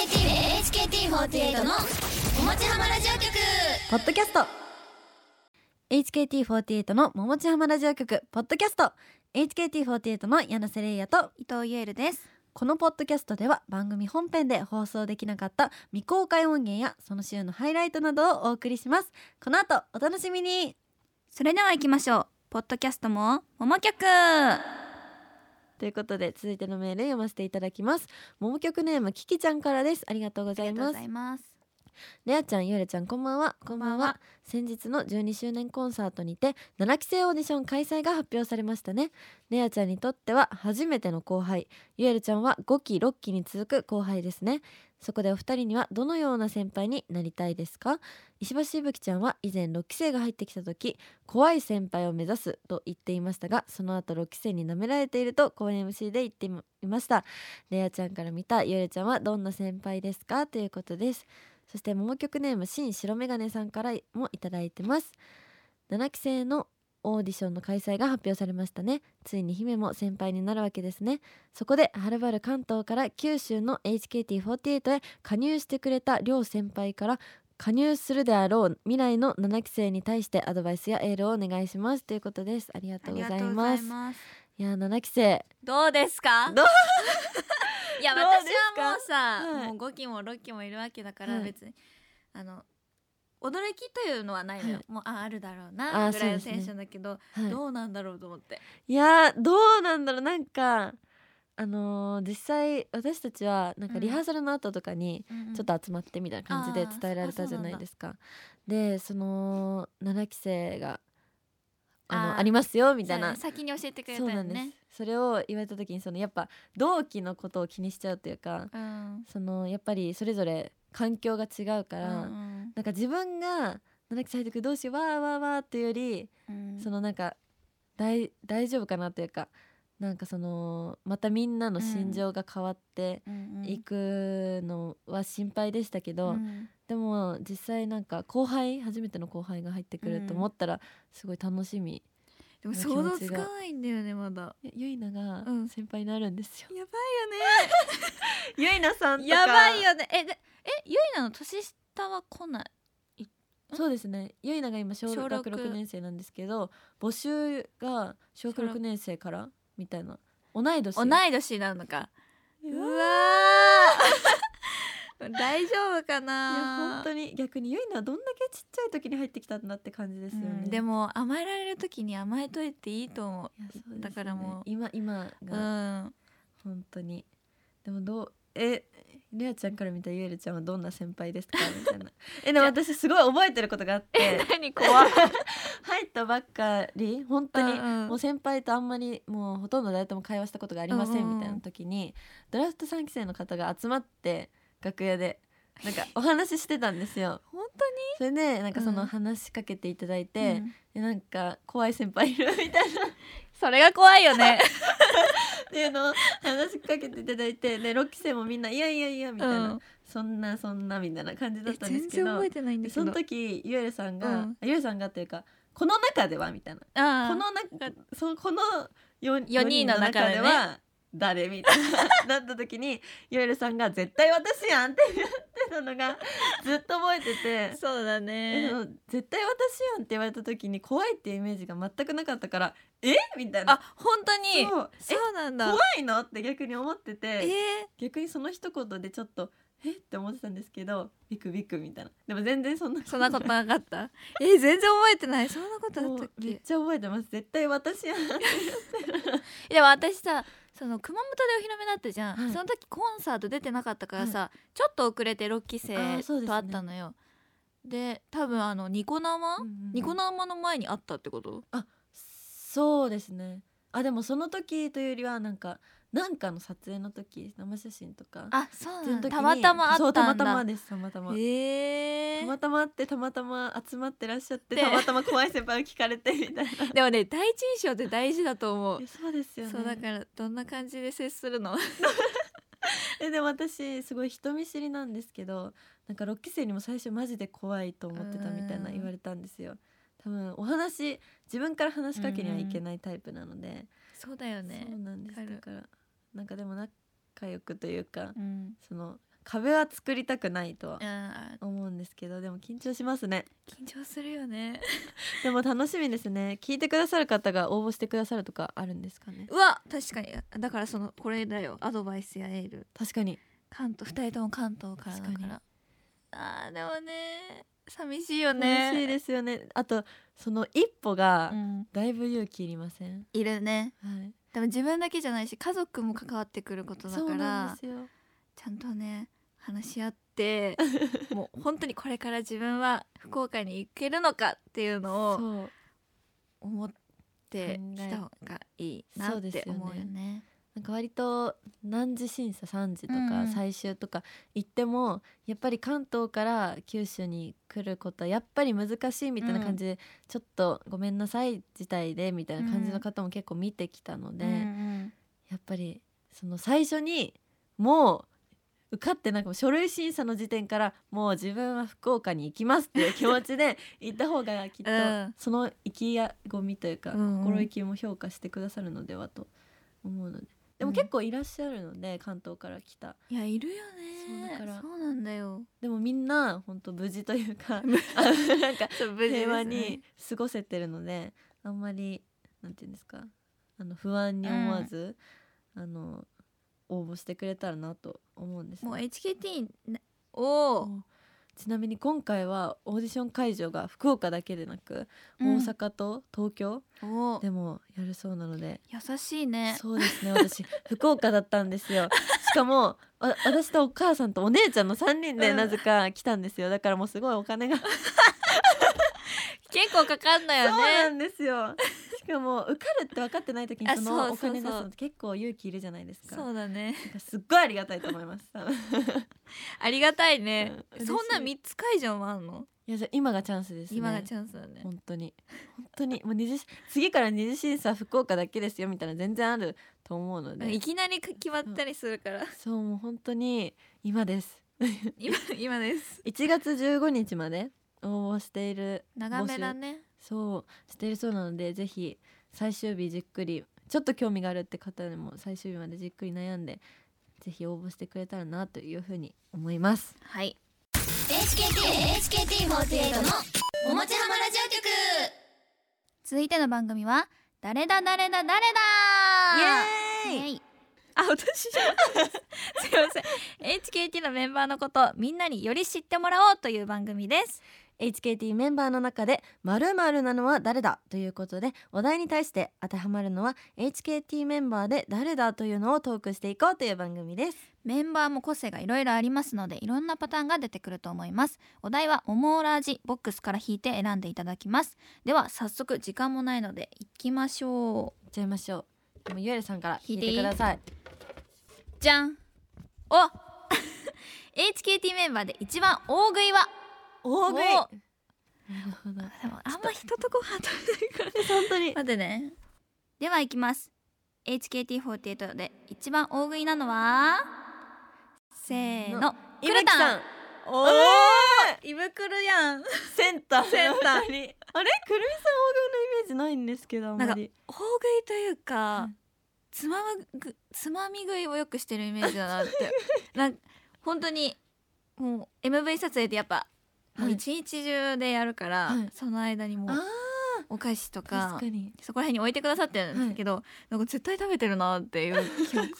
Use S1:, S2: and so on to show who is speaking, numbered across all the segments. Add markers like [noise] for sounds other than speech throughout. S1: HKT HKT48 のおもちはまラジオ局
S2: ポッドキャスト HKT48 の桃地浜ラジオ局ポッドキャスト HKT48 の柳瀬玲也と
S1: 伊藤ゆえるです
S2: このポッドキャストでは番組本編で放送できなかった未公開音源やその週のハイライトなどをお送りしますこの後お楽しみに
S1: それでは行きましょうポッドキャストももも曲
S2: ということで続いてのメール読ませていただきます桃曲ネームキキちゃんからですありがとうございます
S1: います
S2: レアちゃんゆれちゃんこんばんはこんばんは先日の12周年コンサートにて7期生オーディション開催が発表されましたねレアちゃんにとっては初めての後輩ゆえるちゃんは5期6期に続く後輩ですねそこでお二人にはどのような先輩になりたいですか石橋しぶきちゃんは以前6期生が入ってきた時怖い先輩を目指すと言っていましたがその後6期生に舐められていると公演 MC で言っていましたレアちゃんから見たゆえるちゃんはどんな先輩ですかということですそして桃曲ネーム新白メガネさんからもいただいてます7期生のオーディションの開催が発表されましたねついに姫も先輩になるわけですねそこではるばる関東から九州の HKT48 へ加入してくれた両先輩から加入するであろう未来の7期生に対してアドバイスやエールをお願いしますということですありがとうございますい
S1: ます
S2: やー7期生
S1: どうですか
S2: ど
S1: [laughs] いや
S2: ど
S1: 私
S2: う
S1: は
S2: ですか
S1: もうさ、
S2: はい
S1: もう5期も6期もいるわけだから
S2: はい
S1: 別に、あの驚きというのはないのよ、
S2: は
S1: もうああるだろう
S2: あ
S1: な
S2: ー
S1: ぐらいの
S2: そうで
S1: 選
S2: す
S1: 手だ
S2: ね
S1: けど、
S2: はい
S1: どうなんだろうと思って
S2: いやーどうなんだろうなんかあのー実際私たちはなん
S1: う
S2: か
S1: ん
S2: リハーサルの後とかにちょっと集まってみたいな感じで
S1: あー
S2: 伝えられたじゃないですか。でその7期生があの
S1: あー
S2: ありますよみ
S1: み
S2: たいな
S1: 先に教えてくれた
S2: そうな
S1: よ
S2: んです
S1: ね
S2: それを言われた時にそのやっぱ同期のことを気にしちゃうというか
S1: うん
S2: そのやっぱりそれぞれ環境が違うから、
S1: うん
S2: なんか自分が7期生入ってくるどうしようわーわーわーっていうより
S1: うん
S2: そのなんか大大丈夫かなというかなんかそのまたみんなの心情が変わって
S1: うんうん
S2: いくのは心配でしたけど、
S1: うん
S2: でも実際なんか後輩初めての後輩が入ってくると思ったらすごい楽しみ、
S1: でも
S2: 気持ち
S1: 想
S2: が
S1: 像つかないんだよねまだ
S2: えゆいなが
S1: うん
S2: 先輩になるんですよ、
S1: や
S2: ゆいなさんとか
S1: やばいよねえでえゆいなの年下は来ない
S2: そうですねゆいなが今小
S1: 小
S2: 学
S1: 六
S2: 6年生なんですけど募集が小
S1: 小
S2: 学
S1: 六
S2: 6年生からみたいな同い年
S1: 同い年なのか
S2: う
S1: う
S2: わ
S1: わ [laughs] ー大丈夫か
S2: いや本
S1: な
S2: 当に逆にゆいなはどんだけちっちゃい時に入ってきたんだって感じですよね、
S1: うんでも甘えられる時に甘えといていいと思
S2: いやそうですよね
S1: だからもう
S2: 今今
S1: うう
S2: が
S1: ん
S2: 本当に、でもどうえレアちゃんから見たゆえるちゃんはどんな先輩で
S1: [laughs]
S2: すかみたいなえでも私すごい覚えてることがあって
S1: [laughs] 何怖い
S2: 入ったばっかり本当に、
S1: うんうん
S2: もう先輩とあんまりもうほとんど誰とも会話したことがありませ
S1: うんうん
S2: ん
S1: うん
S2: みたいな時に、ドラフト3期生の方が集まって楽屋でなんかお話ししてたんですよ
S1: 本
S2: それでなんかそうの
S1: ん
S2: 話しかけていただい
S1: 当
S2: て、
S1: うん
S2: でなんか怖い先輩いるみたいなっ
S1: それが怖いよ [laughs] ね
S2: ていうのを話しかけていただいてで6期生もみんないやいやいやみたいな、
S1: うん
S2: そんなそんなみたいな感じだ
S1: え
S2: ったんです
S1: 全
S2: け
S1: 然
S2: ど
S1: 覚えてないんだけ
S2: そ
S1: ど
S2: の時ゆえるさんが、
S1: うん
S2: あゆえるさんがというかこの中ではみたいな
S1: あー
S2: この中そこの 4,
S1: 四人の中でね
S2: は誰みたい
S1: [laughs]
S2: ななった時にゆえるさんが「絶対私やん」って言ってたのがずっと覚えてて。
S1: そうだ
S2: え
S1: ね
S2: その絶対私やんって言われた時に怖いっていうイメージが全くなかったからえみたいな
S1: あ本当に
S2: そう
S1: そうなん
S2: え
S1: だ
S2: 怖いのって逆に思って
S1: え
S2: て逆にその一言でちょっとえって思ってたんですけどビクビクみたいなでも全然そんな
S1: そんなことなかったえ全然覚えてないそんなことあ
S2: も
S1: ったっ
S2: うめっ
S1: け
S2: ちゃ覚えてます絶対私やん
S1: でも私さその熊本でお披露目だったじゃん、
S2: はい
S1: その時コンサート出てなかったからさ、ちょっと遅れて6期生
S2: あーそう
S1: と
S2: ですね
S1: 会ったのよで,、多分あのニコ生、ニコ生の前に会ったってこと
S2: そうですねあでもその時というよりはなんかなんかの撮影の時生写真とか
S1: あそうなんだ
S2: 時に
S1: たまたま会
S2: そ
S1: っ
S2: うた
S1: た
S2: ま
S1: ん
S2: たま
S1: だ
S2: ですたまたま
S1: え
S2: た
S1: ー
S2: またま会ってたまたま集まってらっしゃって
S1: で
S2: たまたま怖い先輩を聞かれ
S1: [laughs]
S2: てみたいない
S1: でもね第一印象って大事だと思う
S2: やそうですよね
S1: そうだからどんな感じで接するの
S2: えでも私すごい人見知りなんですけどなんか6期生にも最初マジで怖いと思ってたみたいな
S1: うん
S2: 言われたんですよ多分お話自分から話しかけにはいけないタイプなので、
S1: そうだよね
S2: そうなんです
S1: わかる
S2: だからなんかでもな火欲というか
S1: うん、
S2: その壁は作りたくないとは
S1: あー
S2: 思うんですけどでも緊張しますね
S1: 緊張するよね
S2: でも楽しみですね聞いてくださる方が応募してくださるとかあるんですかね
S1: うわ確かにだからそのこれだよアドバイスやエール
S2: 確かに
S1: 関東2人とも関東からだ
S2: 確
S1: か
S2: かに
S1: らあーでもね寂しいよね、
S2: 嬉しいですすよねあとその一歩が
S1: うん、
S2: だいぶ勇気いりません、
S1: いるね
S2: はい
S1: でも自分だけじゃないし家族も関わってくることだ
S2: そう
S1: か
S2: なん
S1: ら
S2: ですよ
S1: ちゃんとね話し合って
S2: [laughs]
S1: もう本当にこれから自分は福岡に行けるのかっていうのを
S2: そう
S1: 思って
S2: 考
S1: き
S2: え
S1: た方がいいな
S2: そう
S1: っ
S2: です
S1: て
S2: よね
S1: 思うよね。
S2: なんか割と何時審査3時と
S1: うんう
S2: か
S1: ん
S2: 最終とか行っても、やっぱり関東から九州に来ることはやっぱり難しいみたいな感じで、ちょっとごめんなさい自体でみたいな感じの方も結構見てきたので、
S1: うん
S2: やっぱりその最初にもう受かってなんかもう書類審査の時点からもう自分は福岡に行きますっていう気持
S1: [laughs]
S2: ちで行った方がきっと
S1: うん
S2: その意気込みというか
S1: うんうん
S2: 心意気も評価してくださるのではと思うのででも
S1: うん
S2: 結構いらっしゃるので関東から来た
S1: いやいるよ
S2: そうだ
S1: ね
S2: か
S1: そう
S2: ら
S1: なんだよ。
S2: でもみんな本当無事とい
S1: [laughs]
S2: うかあのなんか
S1: そう無事ですね
S2: 平和に過ごせてるのであんまりなんて言うんですかあの不安に思わず、あの応募してくれたらなと思うんですね、
S1: もう HKT なを
S2: うんちなみに今回はオーディション会場が福岡だけでなく、
S1: うん
S2: 大阪と東京
S1: を
S2: でもやるそうなので。
S1: 優しいね。
S2: そうです
S1: [laughs]
S2: ね私福岡だったんですよしかもわ私とお母さんとお姉ちゃんの3人で
S1: うん
S2: なぜか来たんですよだからもうすごいお金が
S1: 結構かかんだ
S2: そうな
S1: よね。
S2: んですよ。
S1: [laughs]
S2: しかも受かるって分かってない時に
S1: あ
S2: その
S1: そ
S2: お
S1: うそうそう
S2: 金出すのって結構勇気いるじゃないですか。
S1: そうだね。
S2: なんかすっごいありがたいと思います。多分い
S1: [laughs] ありがたいね
S2: うん。嬉しい
S1: そんな三つ会場もあんの？
S2: やじゃあ今がチャンスですね。
S1: 今がチャンスだね。
S2: 本当に本当にもう二次次から二次審査福岡だけですよみたいな全然あると思うの
S1: い
S2: で、
S1: きなり決まったりするから。
S2: そうもう本当に今です。
S1: [laughs] 今今
S2: [laughs]
S1: です。
S2: 1月15日まで応募している
S1: 長めだね。
S2: そうしているそうなのでぜひ最終日じっくりちょっと興味があるって方でも最終日までじっくり悩んでぜひ応募してくれたらなというふうに思い [laughs] ます
S1: はい。
S3: HKT HKT48 のおもちはまラジオ局
S1: 続いての番組は誰だ誰だ誰だ。
S2: イエーイ
S1: イエイあ私じゃない [laughs] すいません HKT のメンバーのことをみんなにより知ってもらおうという番組です
S2: HKT メンバーの中で「まるなのは誰だ?」ということでお題に対して当てはまるのは HKT メンバーで「誰だ?」というのをトークしていこうという番組です
S1: メンバーも個性がいろいろありますのでいろんなパターンが出てくると思いますお題はオモーラージボックスから引いて選んでいただきますでは早速時間もないので行きましょ
S2: いっちゃいましょうでもゆえるさんから聞
S1: 聞
S2: い
S1: いてい
S2: て
S1: い
S2: くださいう
S1: じゃんお [laughs] HKT メンバーで一番大食いは
S2: 大食い
S1: お
S2: なるほど
S1: でもあんま人とご飯食べないから
S2: 本当に
S1: [laughs] 待ってねでは行きます HKT48 で一番大食いなのはせーの
S2: イブキさん
S1: お
S2: おー
S1: 胃袋やん
S2: センター
S1: センター
S2: 本当にあれくるみさん大食いのイメージないんですけどあんまり
S1: 大食いというか、
S2: うん
S1: つまむぐつまみ食いをよくしてるイメージだな
S2: [laughs]
S1: ってなんか本当にもう MV 撮影でやっぱ、もう一日中でやるから、
S2: はい
S1: その間にも
S2: あ
S1: うお菓子と
S2: ー確
S1: か
S2: かに
S1: そこら辺に置いてくださってるんですけど、なんか絶対食べてるなっていう
S2: [laughs]
S1: 記憶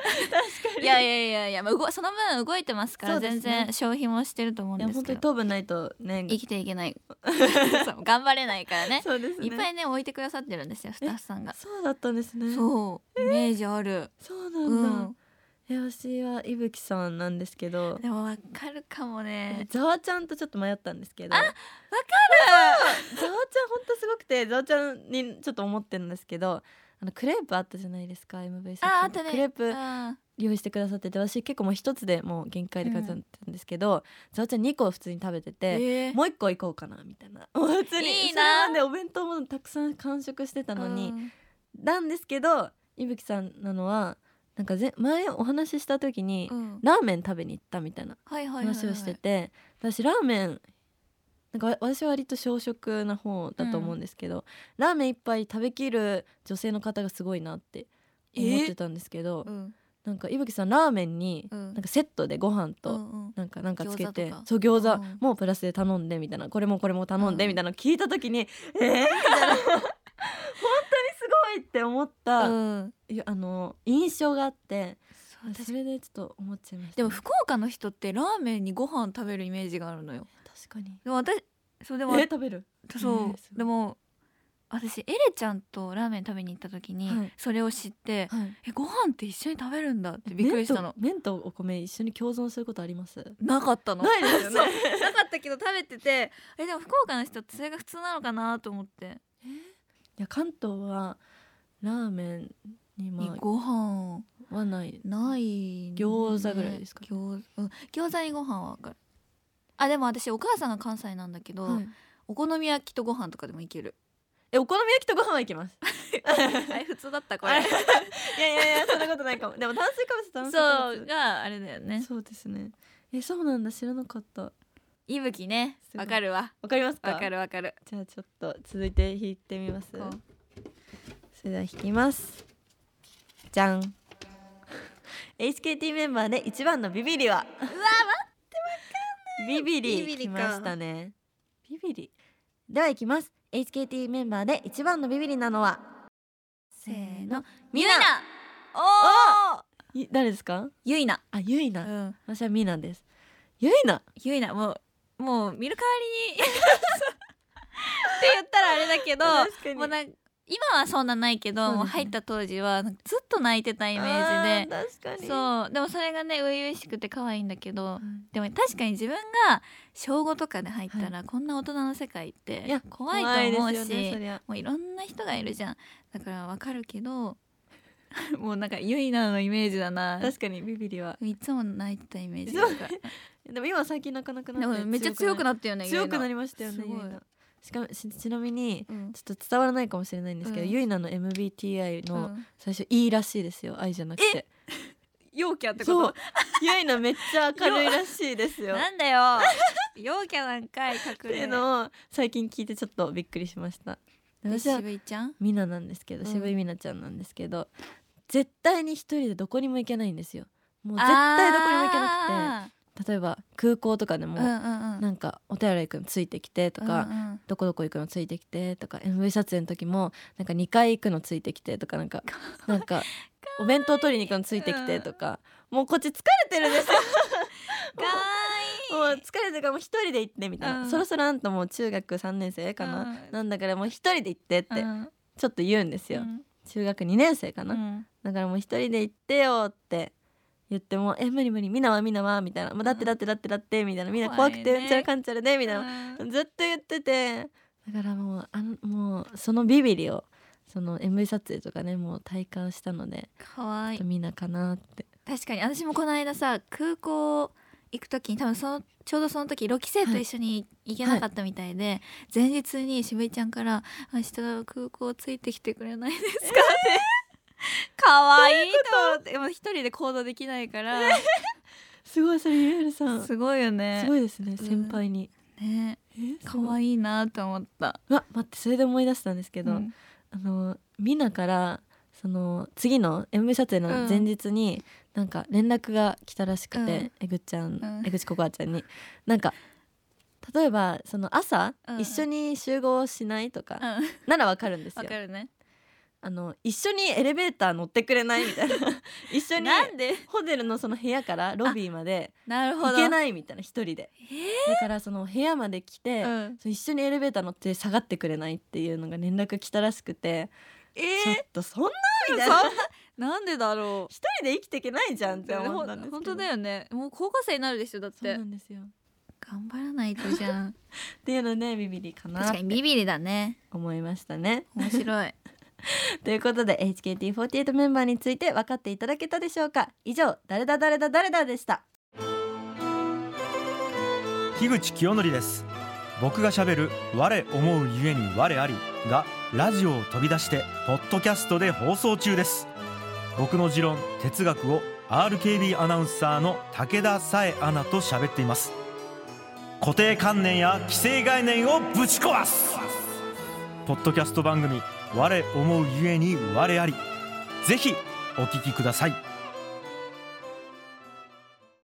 S1: 確かにいやいやいやいや、まあ、動その分動いてますから
S2: そうですね
S1: 全然消費もしてると思うん
S2: いや
S1: です
S2: 本当
S1: けど
S2: に糖分ないとね
S1: 生きていけない
S2: [laughs]
S1: そう頑張れないからね
S2: そうですね
S1: いっぱいね置いてくださってるんですよスタッフさんが
S2: そうだったんですねそう
S1: そうイメージある、
S2: なんだ、え私は伊吹さんなんですけど
S1: でもわかるかもね
S2: ざわちゃんとちょっと迷ったんですけど
S1: あ
S2: ざわちゃん本当すごくてざわちゃんにちょっと思ってるんですけどあのクレープあったじゃないですか MV 撮
S1: ああ
S2: 影
S1: とね
S2: クレープ
S1: あ
S2: 用意してくださってて私結構もう一つでもう限界で感じたんですけど、ざわちゃん2個普通に食べてて、
S1: え
S2: もう一個行こうかなみた
S1: [laughs]
S2: いなもう普通に
S1: いいな
S2: それまでお弁当もたくさん完食してたのに、なんですけどいぶきさんなのはなんかぜ前お話しした時に、
S1: うんうん
S2: ラーメン食べに行ったみたいな
S1: はいはいはいはい
S2: 話をしてて、私ラーメンなんかわ私は割と小食な方だと思うんですけど、ラーメン一杯食べきる女性の方がすごいなって思ってたんですけど、
S1: うん
S2: なんかいぶきさんラーメンに
S1: う
S2: なんんかセットでご飯
S1: う
S2: と
S1: んうん
S2: なんかなんかつけ
S1: 餃子
S2: て
S1: とか
S2: そう餃
S1: う
S2: 子
S1: ん
S2: もプラスで頼んでみたいなこれもこれも頼んで
S1: うん
S2: みたいなの聞いた時に、えー、みたいな本
S1: [laughs]
S2: 当にすごいって思った、
S1: うん
S2: いやあの印象があって
S1: そう私
S2: それでちょっと思っちゃいました、
S1: でも福岡の人ってラーメンにご飯食べるイメージがあるのよ
S2: 確かに
S1: でも私そうでも
S2: え食べる
S1: そう、
S2: えーすごい
S1: でも私エレちゃんとラーメン食べに行った時に、
S2: はい
S1: それを知って、
S2: はい
S1: えご飯って一緒に食べるんだってびっくりしたの
S2: 麺と麺とお米一緒に共存することあります
S1: なかったの
S2: ないですよね
S1: [laughs] そうなかったけど食べててえでも福岡の人ってそれが普通なのかなと思って、
S2: いや関東はラーメンにま
S1: ご飯
S2: あはない
S1: ないね、
S2: 餃子ぐらいですか
S1: 餃子,、うん、餃子にご飯はわかるあでも私お母さんが関西なんだけど、
S2: はい
S1: お好み焼きとご飯とかでもいける
S2: えお好み焼きとご飯はいけます
S1: あれ普通だったこれ
S2: いやいやいやそんなことないかもでも炭水化物炭水化
S1: そ
S2: 物
S1: うがあれだよね
S2: そうですね。え、そうなんだ、知らなかった。わ
S1: いぶきね
S2: すごい
S1: わかるわ
S2: かりますか。
S1: わかるわかる
S2: じゃあ、ちょっと続いて弾いてみます。
S1: こう
S2: それでは弾きます。じゃん。HKT メンバーで一番のビビリは。うわ、待って、わかんない。ビビリ。
S3: ビビリ
S2: き
S3: か
S2: ましたね。ビビリ。では、いきます。HKT メンバーで一番のビビリなのは。
S1: せーの
S2: ミ
S1: み
S2: ナ
S1: なおお
S2: い誰ですか。
S1: ゆいな
S2: あ、ゆいうな。
S1: ん
S2: 私はミナです。ゆいな。
S1: ゆいなもうもう見る代わり [laughs] にって言ったらあれだけど
S2: か
S1: もうなん今はそんなないけど、
S2: そうですね
S1: もう入った当時はなんかずっと泣いてたイメージで
S2: あー確かに。
S1: そうでもそれがね初々しくて可愛いんだけど
S2: はい
S1: でも確かに自分が小5とかで入ったら、こんな大人の世界っ
S2: い
S1: て
S2: や
S1: 怖いと思うし、
S2: 怖いですよねそりゃ
S1: もういろんな人がいるじゃんだからわかるけど [laughs] もうなんかゆいなのイメージだな
S2: 確かにビビリはい
S1: つも泣いてたイメージだから
S2: でも今最近なかなか
S1: で
S2: な
S1: もめっちゃ強く
S2: っ
S1: なったよね
S2: て強くな
S1: り
S2: りましたよね
S1: すごい
S2: ゆいなしかもしちなみに
S1: うん
S2: ちょっと伝わらないかもしれないんですけど、
S1: うん
S2: ゆいなの MBTI
S1: う
S2: の
S1: ん
S2: 最初 E らしいですよ、I じゃなくて
S1: 陽キャって
S2: そ
S1: こ
S2: うゆいなめっちゃ明るいらしいです
S1: と [laughs]
S2: よっ
S1: なんだよ陽キャなんかい隠
S2: ていう
S1: れ
S2: のを最近聞いてちょっとびっくりしました
S1: で
S2: 私は
S1: 渋いちゃん
S2: みななんですけど、
S1: うん
S2: 渋いみなちゃんなんですけど絶対に一人でどこにも行けないんですよもう絶
S1: あー
S2: 対どこにも行けなくて例えば空港とかでも、
S1: うんうんうん
S2: なんかお手洗い行くのついてきてとか、
S1: うんうん
S2: どこどこ行くのついてきてとか MV 撮影の時もなんか2回行くのついてきてとかなんかなんかお弁当取りに行くのついてきてとか、もうこっち疲れてるんですよ
S1: かわ
S2: もう疲れてるからもう一人で行ってみたいな、
S1: うん
S2: そろそろあんたもう中学3年生かな、
S1: うん
S2: なんだからもう一人で行ってっ
S1: いい
S2: て
S1: うん
S2: ちょっと言うんですよ、中学2年生か
S1: う
S2: な、
S1: ん
S2: だからもう一人で行ってよって言っても「え無理無理みんなはみんなは」みたいな「もうだってだってだってだって」みたいな「みんな怖くて
S1: 怖いね
S2: うんちゃらかんちゃらで」みたいな
S1: うん
S2: ずっと言っててだからもうあのもうそのビビリをその MV 撮影とかねもう体感したので、
S1: かわいい
S2: みんなかなって
S1: 確かに私もこの間さ空港行く時に多分そのちょうどその時ロキ生と一緒に行けなかったみたいで、前日に渋井ちゃんから「明日空港ついてきてくれないですか?」って、 [laughs] 可愛いと思ってでも一人で行動できないから、
S2: すごいそれゆえるさんす
S1: すごいよね
S2: ごいですね
S1: ん
S2: 先輩に、
S1: ね
S2: え
S1: 可愛いなと思った
S2: うわ待ってそれで思い出したんですけど、 [laughs]
S1: うん
S2: あのみなからその次の MV 撮影の前日に、なんか連絡が来たらしくて、
S1: うん
S2: えぐっちゃん、
S1: ん
S2: えぐちここあちゃんになんか例えばその朝、
S1: うん
S2: 一緒に集合しないとか、
S1: わ、
S2: ならわかるんですよ
S1: かるね
S2: あの一緒にエレベーター乗ってくれない
S1: [laughs]
S2: みたいな一緒に
S1: なんで
S2: ホテルのその部屋からロビーまで
S1: なるほ
S2: 行
S1: ど
S2: け
S1: い、
S2: ないみたいな一人でだからその部屋まで来て、
S1: うん
S2: その一緒にエレベーター乗って下がってくれないっていうのが連絡来たらしくて、
S1: え
S2: ちょっとそんなみたい
S1: そん
S2: な
S1: ななんでだろう
S2: 一人で生きていけ [laughs] ないじゃんって思ったんですけど
S1: 本当だよねもう高校生になるでしょだっ
S2: そう
S1: て
S2: なんですよ
S1: 頑張らないとじゃん
S2: っていうのねビビリか [laughs] な
S1: 確
S2: っ
S1: か
S2: て
S1: にビビリだね
S2: 思いましたね
S1: 面白い
S2: ということで HKT48 メンバーについて分かっていただけたでしょうか以上誰だ誰だ誰だでした
S4: 樋口清則です僕が喋る「我思うゆえに我あり」がラジオを飛び出してポッドキャストで放送中です僕の持論哲学を RKB アナウンサーの武田紗恵アナと喋っています固定観念や既成概念をぶち壊すポッドキャスト番組「我思うゆえに我あり」ぜひお聞きください